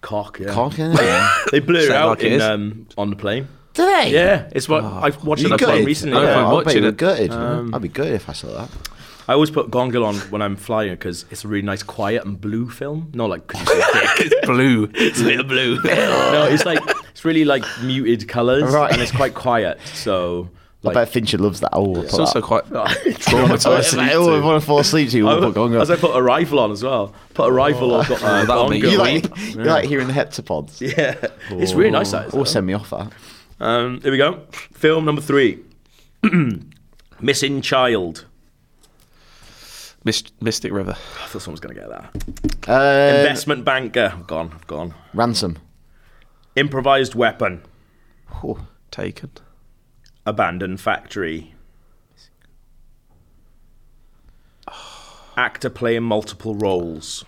Cock, yeah.
Cock, yeah.
They blew it
Sound
out
like it
in,
is. Ah.
um, on the plane.
Do they?
Yeah, it's what I've watched it
You
on a plane
gutted?
recently.
I don't
yeah.
know.
I'll bet
watching
you were
it.
gutted.
Um,
I'd be gutted if I saw that.
I always put Gongil on when I'm flying because it's a really nice, quiet and blue film. No, like 'cause it's a dick.
It's blue.
it's a bit of blue. no, it's like it's really like muted colours
Right.
and it's quite quiet. So like,
I bet Fincher loves that. Oh,
It's also quite
Honestly,
traumatizing.
Oh, I always want to fall asleep to you.
I,
We'll put Gongo.
as I put a rifle on as well. Put a rifle on. Got, uh,
Oh. that'll make
Gongil.
you
you like, you like hearing the heptapods.
Yeah, it's really nice. That is,
Or
though.
send me off that.
Um, here we go. Film number three. Missing Child.
Myst- Mystic River.
I thought someone was going to get that.
Um,
Uh,
Investment banker. I've gone. I've gone.
ransom.
Improvised weapon.
Oh,
Taken.
Abandoned factory. Actor playing multiple roles.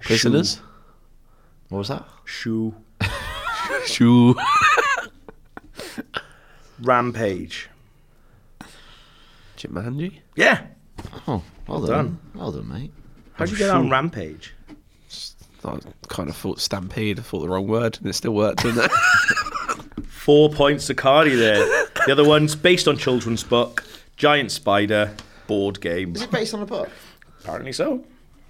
Prisoners.
what was that?
Shoe.
Shoo.
Rampage.
Jumanji.
Yeah.
Oh, well done. Well done, mate.
How'd you get on Rampage?
I kind of thought stampede. I thought the wrong word, and it still worked, didn't it?
Four points to Cardi there. the other one's based on children's book, Giant Spider, board game.
it based on a book?
Apparently so.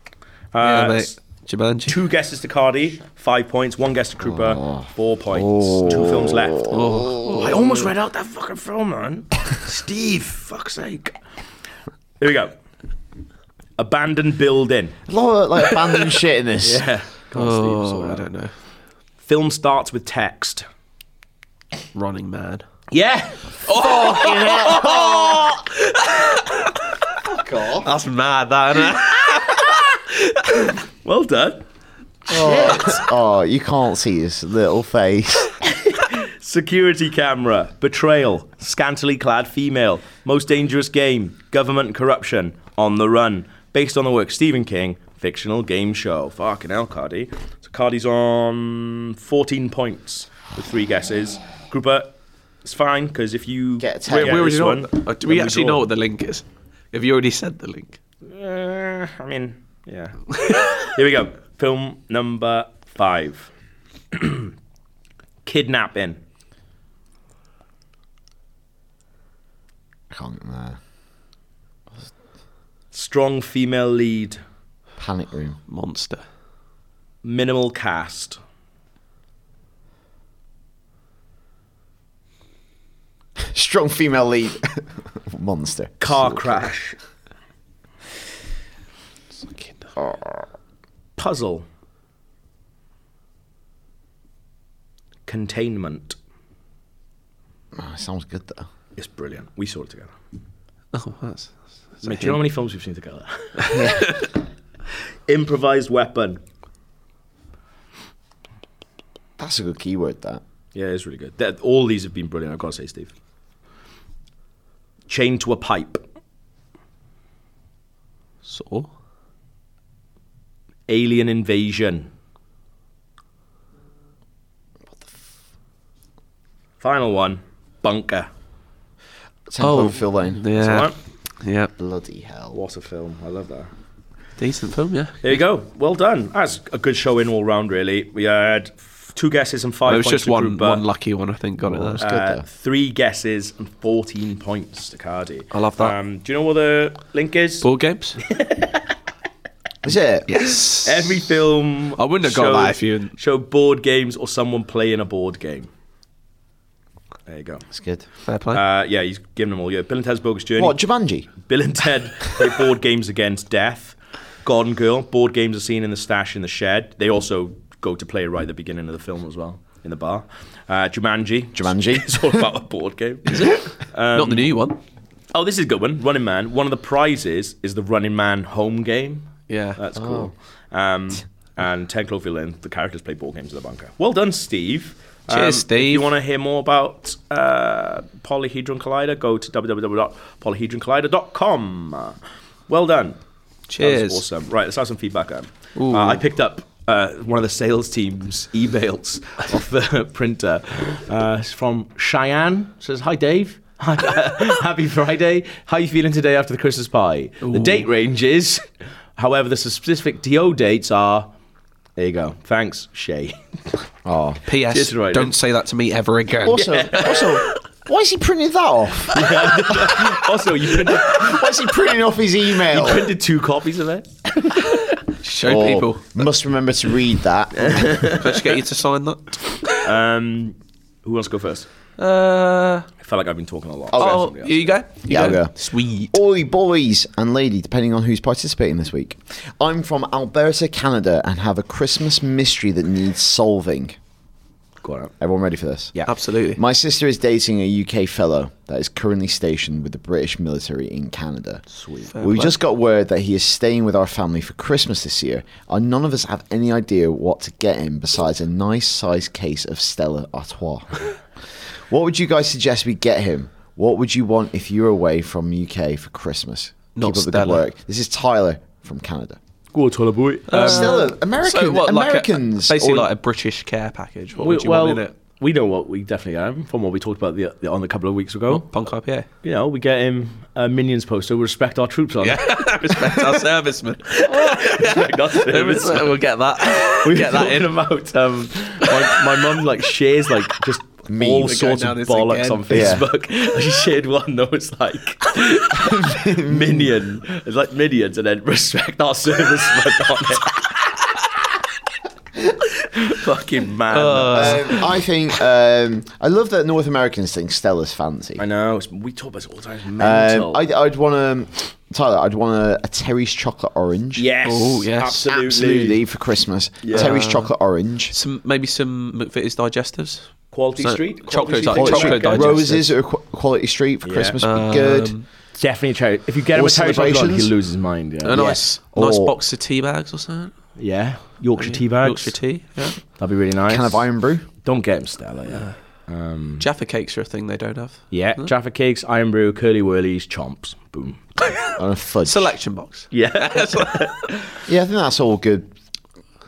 yeah,
Uh,
mate. Jumanji.
Two guesses to Cardi, five points. One guess to Krupa, four points. Two films left. I almost read out that fucking film, man. Steve, fuck's sake. Here we go. Abandoned building.
A lot of like abandoned shit in this.
Yeah.
oh, I don't know.
Film starts with text.
Running Man.
Yeah.
That's mad, that isn't it?
Well done.
Oh, you can't see his little face.
Security camera. Betrayal. Scantily clad female. Most dangerous game. Government corruption. On the run. Based on the work Stephen King. Fictional game show. Fucking hell, Cardi. So Cardi's on 14 points with three guesses. Grouper, it's fine because if you
Get a
where
ten. Yeah,
we
this
already know.
one,
What the, uh, do we
then
actually
draw.
know what the link is? Have you already said the link?
Uh, I mean, yeah. Here we go. Film number five. Kidnapping.
Can't. Uh,
Strong female lead.
panic room.
Monster.
Minimal cast.
Strong female lead. Monster.
Car crash.
Fucking-
Puzzle. Containment.
Oh, sounds good though.
It's brilliant. We saw it together.
Oh, that's. that's a
Mate, do you know how many films we've seen together? Improvised weapon.
That's a good keyword. That.
Yeah, it's really good. That- all these have been brilliant, I've got to say, Steve. Chained to a pipe.
Saw.
Alien invasion. Final one. Bunker.
Temple oh, Phil Lane.
Yeah.
Alright.
Yeah.
Bloody hell.
What a film. I love that.
Decent film, yeah.
There you go. Well done. That's a good show in all round, really. We had f- two guesses and five
It was
points
just
to
one,
Gruber.
one lucky one, I think, got it there.
good,
Uh,
though.
three guesses and 14 points to Cardi.
I love that.
Um, do you know what the link is?
Board games?
Is it?
yes.
Every film.
I wouldn't have got that if you-
Show board games or someone playing a board game. There you go.
That's good.
Fair play.
Uh, yeah, he's giving them all. Yeah, Bill and Ted's Bogus Journey.
What Jumanji?
Bill and Ted play board games against death. Gone Girl. Board games are seen in the stash in the shed. They also go to play right at the beginning of the film as well in the bar. Uh, Jumanji.
Jumanji.
It's all about a board game. Um,
Not the new one.
Oh, this is a good one. Running Man. One of the prizes is the Running Man home game.
Yeah. Oh.
That's cool. Um, and Ted Cloverfield Lane, the characters play board games in the bunker. Well done, Steve. Um,
Cheers,
If you
Steve.
want to hear more about uh, Polyhedron Collider, go to www.polyhedroncollider.com. Well done. That
Cheers.
was awesome. Right, let's have some feedback. Em. Uh, I picked up uh, one of the sales team's emails off the printer. Uh, it's from Cheyenne. says, Hi, uh, Dave. Happy Friday. How you feeling today after the Christmas pie? The date range is However, the specific DO dates are. There you go. Thanks, Shay.
Oh.
P.S.
Just right.
Don't say that to me ever again.
Also, also, why is he printing that off?
also, you printed,
Why is he printing off his
Oh.
email?
printed two copies of it.
Show
Oh,
people.
Must remember to read that.
Let's get you to sign that.
Um, who wants to go first?
Uh,
I feel like I've been talking a lot.
oh, here you go. You
Yeah, I'll go.
Sweet.
Oi, boys and lady, depending on who's participating this week. I'm from Alberta, Canada, and have a Christmas mystery that needs solving.
Go on.
Everyone ready for this?
Yeah.
Absolutely.
My sister is dating a UK fellow that is currently stationed with the British military in Canada. Sweet. we just got word that he is staying with our family for Christmas this year, and none of us have any idea what to get him besides a nice sized case of Stella Artois. what would you guys suggest we get him? What would you want if you were away from UK for Christmas? Keep
Not
up with
Stella.
the work. This is Tyler from Canada.
Go on, Tyler boy.
Stella, American,
Um, So what, like a-
Americans.
basically
or-
like a British care package. What
We-
would you
well,
want in it?
we know what we definitely get him from what we talked about the, the, on a couple of weeks ago.
Oh, Punk IPA.
You know, we get him a minions poster. We respect our troops on it.
Respect our servicemen.
Respect our service.
we'll get that.
We've
get that
talked
in.
about um, my, my mum like shares like just
Memes.
all
We're going
sorts of
down this
bollocks
again.
on
Yeah.
Facebook. she shared one that was like minion, it's like minions, and then respect our service on it. Fucking man.
Um, I think um, I love that North Americans think Stella's fancy.
I know. it's- We talk about this all the time. It's
Um,
mental.
I'd, I'd want to, Tyler. I'd want a, a Terry's chocolate orange.
yes.
Oh, yes.
Absolutely.
absolutely for Christmas.
Yeah.
Terry's chocolate orange.
Some maybe some McVitie's digestives.
Quality
So-
Street. Quality
Chocolate Street.
Street.
Chocolate
Check it.
Digest.
Roses or qu- Quality Street for
Yeah.
Christmas would be good.
Definitely try. it. Oh, If you get him
Or
a Terry chocolate, on,
celebrations.
he'll lose his mind. Yeah.
A nice, nice
Or-
box of tea bags or something.
Yeah. Yorkshire tea bags.
Yorkshire tea. Yeah.
That'd be really nice.
Can of iron brew.
Don't get him Stella. Yeah.
Jaffa cakes are a thing they don't have.
Yeah. Jaffa cakes, iron brew, curly whirlies, chomps. Boom.
and a fudge.
Selection box.
Yeah.
yeah, I think that's all good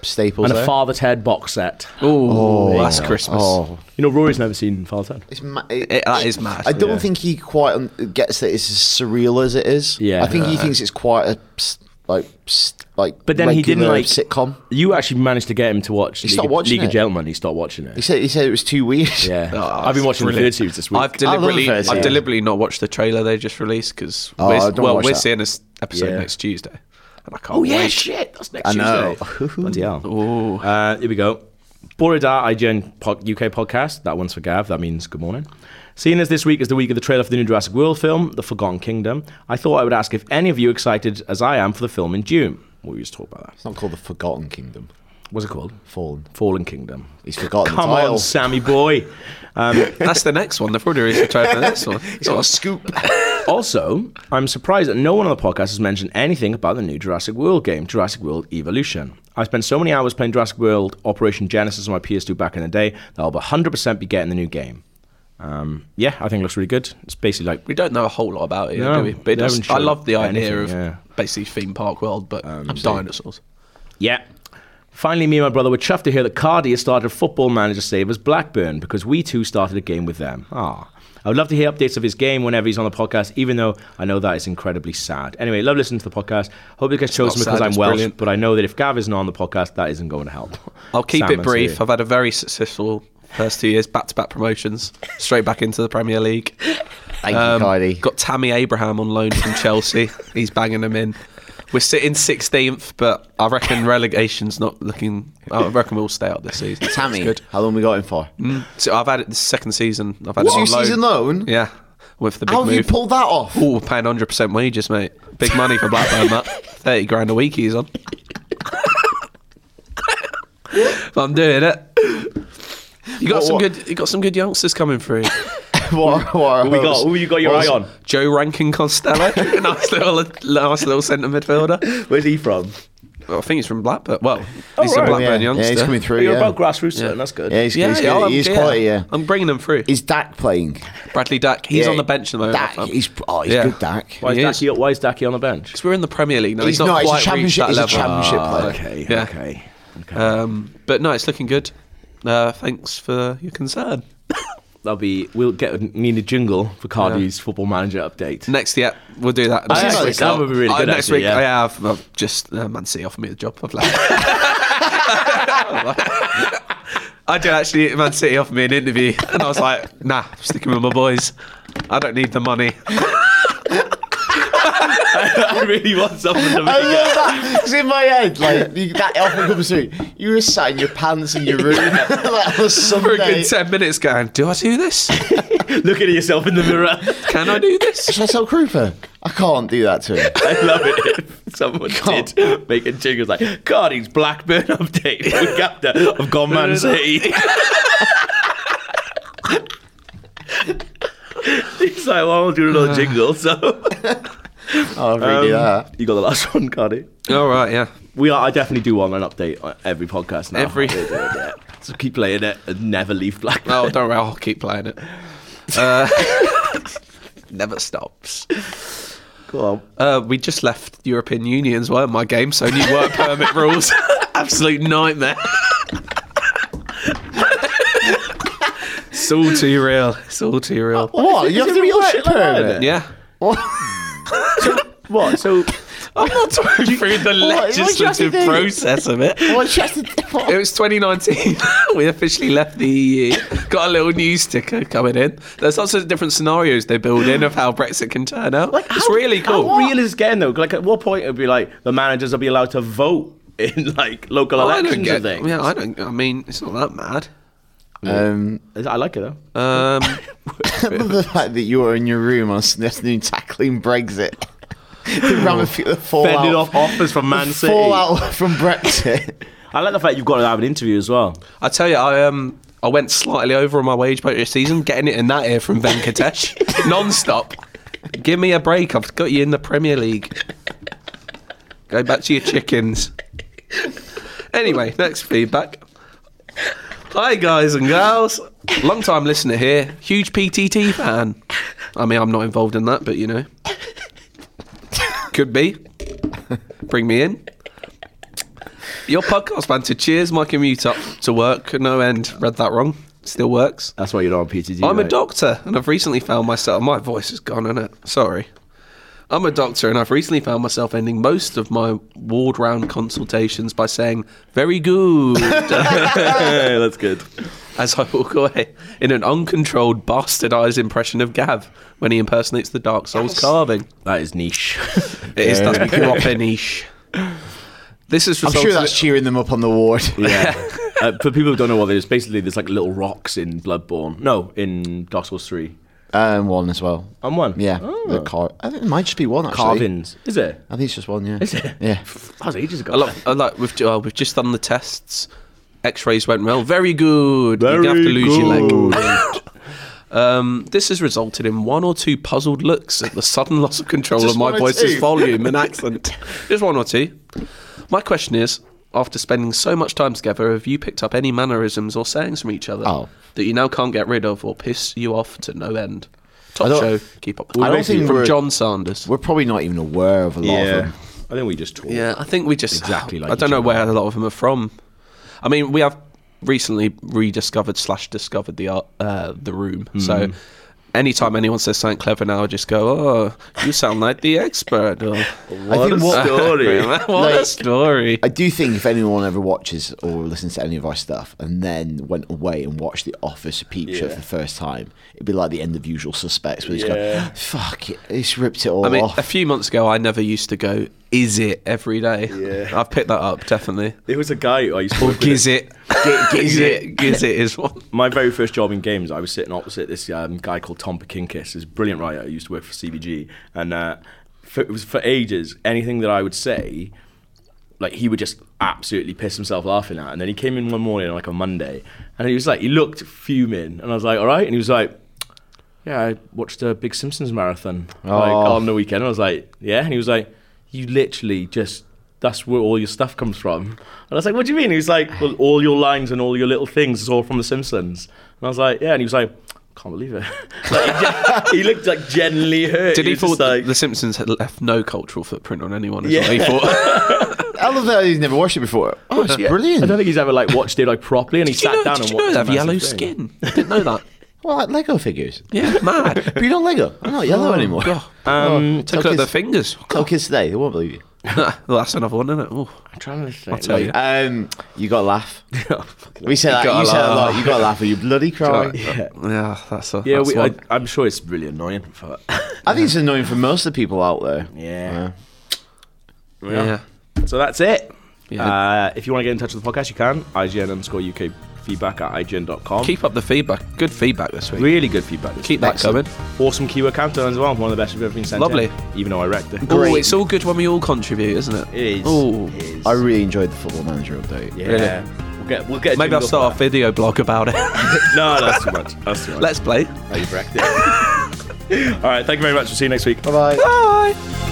staples.
and a
there.
Father Ted box set.
Oh, that's Christmas.
Oh,
You know, Rory's never seen Father Ted.
it's ma- it-
It- that is mad.
I don't
Yeah.
think he quite un- gets that it's as surreal as it is.
Yeah. Uh,
I think he thinks it's quite a s- like s- like.
But then he didn't
regular
like
sitcom.
You actually managed to get him to watch League,
stopped
of-
watching
League of
it.
Gentlemen. He stopped watching it.
He said he said it was too weird.
yeah.
Oh,
I've been
that's
watching the
brilliant.
third series this week.
I've deliberately,
first,
I've
yeah.
deliberately not watched the trailer they just released because
Oh, I
we're,
don't
well,
watch
we're
that.
seeing this episode
Yeah.
next Tuesday, and I can't.
Oh yeah,
wait.
shit. That's next
I know.
Tuesday. Bloody hell. Uh, here we go. Borida IGN pod, UK podcast. That one's for Gav. That means good morning. Seeing as this week is the week of the trailer for the new Jurassic World film, The Forgotten Kingdom, I thought I would ask if any of you excited as I am for the film in June. We used to talk about that.
It's not called the Forgotten Kingdom.
What's it called?
Fallen.
Fallen Kingdom.
He's forgotten
Come
the title.
on, Sammy boy.
That's the next one. They've already released the trailer for the next one.
He's got a scoop.
Also, I'm surprised that no one on the podcast has mentioned anything about the new Jurassic World game, Jurassic World Evolution. I spent so many hours playing Jurassic World Operation Genesis on my PS2 back in the day that I'll 100% be getting the new game. Um, yeah, I think it looks really good. It's basically like
We don't know a whole lot about it,
No,
do we? But it
they
does,
haven't
I
shown
love the idea
anything,
of
yeah.
basically theme park world, but
Um,
dinosaurs.
Yeah. Finally, me and my brother were chuffed to hear that Cardi has started Football Manager Savers Blackburn because we too started a game with them. Ah. I would love to hear updates of his game whenever he's on the podcast, even though I know that is incredibly sad. Anyway, love listening to the podcast. Hope it gets chosen
not
because
sad,
I'm
it's
Welsh,
brilliant.
but I know that if Gav isn't on the podcast, that isn't going to help.
I'll keep
Sam,
it
that's
brief.
you.
I've had a very successful first two years, back to back promotions, straight back into the Premier League.
Thank
Um,
you, Kylie.
Got Tammy Abraham on loan from Chelsea. He's banging them in. We're sitting 16th, but I reckon relegation's not looking. I reckon we'll stay up this season.
Tammy.
It's good.
How long we got him for?
Mm,
So I've had it the second season. I've had it
Two
on loan.
season loan?
Yeah, with the big
How have
move.
you pulled that off?
Ooh, paying 100% wages, mate. Big money for Blackburn, that. 30 grand a week he's on. but I'm doing it. You got
What-
some
what-
good. You got some good youngsters coming through.
What, what
Who we got? Who you got your eye on?
Joe Rankin Costello, nice little, nice little centre midfielder.
Where's he from?
Well, I think he's from Blackburn. Well, he's
right.
a Blackburn
Oh, Yeah,
youngster.
yeah, he's coming
Oh,
through.
you're
Yeah,
about grassroots, then. That's good.
yeah he's,
Yeah,
he's,
yeah,
good.
I'm-
he's
yeah.
quality. Yeah.
I'm bringing them through.
Is Dak playing?
Bradley Dack. He's
Yeah,
on the bench at the moment. I
Dak,
think.
he's oh, he's
Yeah.
good. Dak.
why, is
he is.
Daki, why is Daki on the bench?
'Cause we're in the Premier League now. He's,
He's not, he's a
quite reached
championship.
that
He's a
level. Ah,
championship player.
Okay,
Yeah.
okay.
Uh, Um, but no, it's looking good. Uh, thanks for your concern.
That'll be. We'll get need a jingle for Cardi's football manager update.
Next, yeah, we'll do that.
I
Next
actually-
week,
that
I'll-
would be really
I-
good,
Next
actually,
week,
yeah.
I have I've just uh, Man City offered me the job. I've left. I did actually. Man City offered me an interview, and I was like, "Nah, I'm sticking with my boys. I don't need the money."
I really want something to
I
make
love that. It's in my head. Like you, that often comes through. You were sat in your pants in your room like on a
For a
Sunday.
good ten minutes, going, "Do I do this?
Look at yourself in the mirror.
Can I do this?"
Should I tell Krupa? I can't do that to him.
I love it. If someone did make a jingle it's like Cardi's Blackburn update. Week after I've gone Man City. He's like, well, I'll do another jingle. So
I'll redo
Um,
that.
you got the last one, Cardi.
All right, yeah.
We are. I definitely do want an update on every podcast now.
Every-
Yeah, yeah, yeah. so keep playing it and never leave Blackburn.
Oh, don't worry, I'll keep playing it. Uh, never stops.
Go on.
Uh, we just left the European Union as well in my game, so new work permit rules. Absolute nightmare. it's all too real. It's all too real.
What?
Is
You have
it
to
real
work
shit like that,
permit.
then?
Yeah.
What? So
I'm not talking through the
What- what you have to
legislative
do?
process of it.
What, she has to, what?
It was 2019. we officially left the EU. Got a little news sticker coming in. There's lots of different scenarios they build in of how Brexit can turn out. it's really cool.
How real is getting though? Like, at what point it'd be like the managers will be allowed to vote in like local
Oh, I
elections
don't get.
and things?
Yeah, I don't. I mean, it's not that mad.
Um,
I like it though.
Um,
the fact that you were in your room on Sunday afternoon tackling Brexit, the ramifi- the
Fending
fallout,
Oh. off offers from Man City.
fallout from Brexit.
I like the fact you've got to have an interview as well.
I tell you, I um, I went slightly over on my wage budget this season, getting it in that ear from Venkatesh non-stop. Give me a break. I've got you in the Premier League. Go back to your chickens. Anyway, next feedback. Hi guys and girls, long time listener here, huge PTT fan. I mean, I'm not involved in that, but you know, could be. Bring me in. Your podcast banter cheers my commute up to work at no end. Read that wrong. Still works.
That's why you're not on PTG.
I'm a
mate.
doctor and I've recently found myself. My voice is gone, isn't it? Sorry. I'm a doctor and I've recently found myself ending most of my ward round consultations by saying, very good,
Hey, that's good.
as I walk away in an uncontrolled, bastardized impression of Gav when he impersonates the Dark Souls carving.
That is niche.
It is, that's proper eh, niche. This is
I'm sure
resulted-
that's cheering them up on the ward.
yeah. Uh, for people who don't know what it is, basically there's like little rocks in Bloodborne. No, in Dark Souls Three.
Um, one as well.
And one.
Yeah,
Oh.
the car. I think it might just be one actually.
Carvings. Is it?
I think it's just one. Yeah.
Is it?
Yeah.
That was ages ago.
I like, I like we've, uh, we've just done the tests. X-rays went well. Very good. You're gonna have to
Very
lose your
good.
leg. Um, this has resulted in one or two puzzled looks at the sudden loss of control
Just
of my
one or
voice's
two.
volume and accent. Just one or two. My question is, after spending so much time together, have you picked up any mannerisms or sayings from each other
Oh.
that you now can't get rid of or piss you off to no end?
I
Top
don't-
show, keep up.
I don't think
from
we're-
John Sanders.
We're probably not even aware of a lot of
yeah.
them.
I think we just talk.
Yeah, I think we just
Exactly like
I don't
each
know
other.
where a lot of them are from. I mean, we have recently rediscovered slash discovered the art, uh, the room. So anytime anyone says something clever now, I just go, "Oh, you sound like the expert." Or,
What
I think
a
what-
story.
what a
Like-
story!
I do think if anyone ever watches or listens to any of our stuff and then went away and watched The Office or Peep Show
Yeah.
for the first time, it'd be like the end of Usual Suspects, where it's
Yeah.
going, "Fuck it, it's ripped it all
I mean,
off."
a few months ago, I never used to go, "Is it every day?"
Yeah.
I've picked that up definitely.
There was a guy who I used to
Or
work with.
giz it, giz it, giz it is one.
my very first job in games, I was sitting opposite this um, guy called Tom Pakinkis, this brilliant writer who used to work for CBG, and uh, for, it was for ages. Anything that I would say, like he would just absolutely piss himself laughing at. And then he came in one morning, like on Monday, and he was like, he looked fuming, and I was like, all right, and he was like. Yeah, I watched a big Simpsons marathon like
Oh.
on the weekend. I was like, yeah, and he was like, you literally just that's where all your stuff comes from. And I was like, what do you mean? He was like, well, all your lines and all your little things is all from The Simpsons. And I was like, yeah, and he was like, can't believe it. Like, he, just- he looked like genuinely hurt.
Did he,
was
thought
just like,
the Simpsons had left no cultural footprint on anyone? Is
Yeah.
what he thought.
I love that he's never watched it before. Oh, it's
Yeah.
brilliant.
I don't think he's ever like watched it like properly, and he
Did
sat
you know,
down
did
and
you know
watched
they have
the
yellow
massive thing.
skin? I didn't know that.
Well, like Lego figures.
Yeah, mad.
But you're not Lego. I'm not
Oh,
yellow anymore.
God.
Um,
Took out their fingers.
Tell kids today, they won't believe you.
well, that's another one, isn't it? Ooh.
I'm trying to think.
I'll tell you.
Um, you got to laugh. we say that.
gotta
You say that a
laugh.
lot. You got to laugh, or you bloody cry.
Yeah, that's a,
Yeah,
that's
we, I,
one.
I'm sure it's really annoying, but
I think it's annoying for most of the people out there. Uh,
yeah.
yeah.
So that's it.
Yeah.
Uh, if you want to get in touch with the podcast, you can. IGN underscore UK feedback at IGN.com.
Keep up the feedback. Good feedback this week.
really good feedback. This
Keep
week.
that
Excellent.
coming.
Awesome keyword countdown as well. One of the best we've ever been sent. in,
Lovely.
even though I wrecked it.
Oh,
Great.
it's all good when we all contribute, isn't it?
It is.
Oh,
It is.
I really enjoyed the Football Manager update.
yeah.
really-
We'll get. We'll get. a
maybe
jingle
I'll
for
start a video blog about it.
that. No, that's too much. That's too much.
Let's play.
Oh, you wrecked it. All right. Thank you very much. We'll see you next week.
Bye bye.
Bye.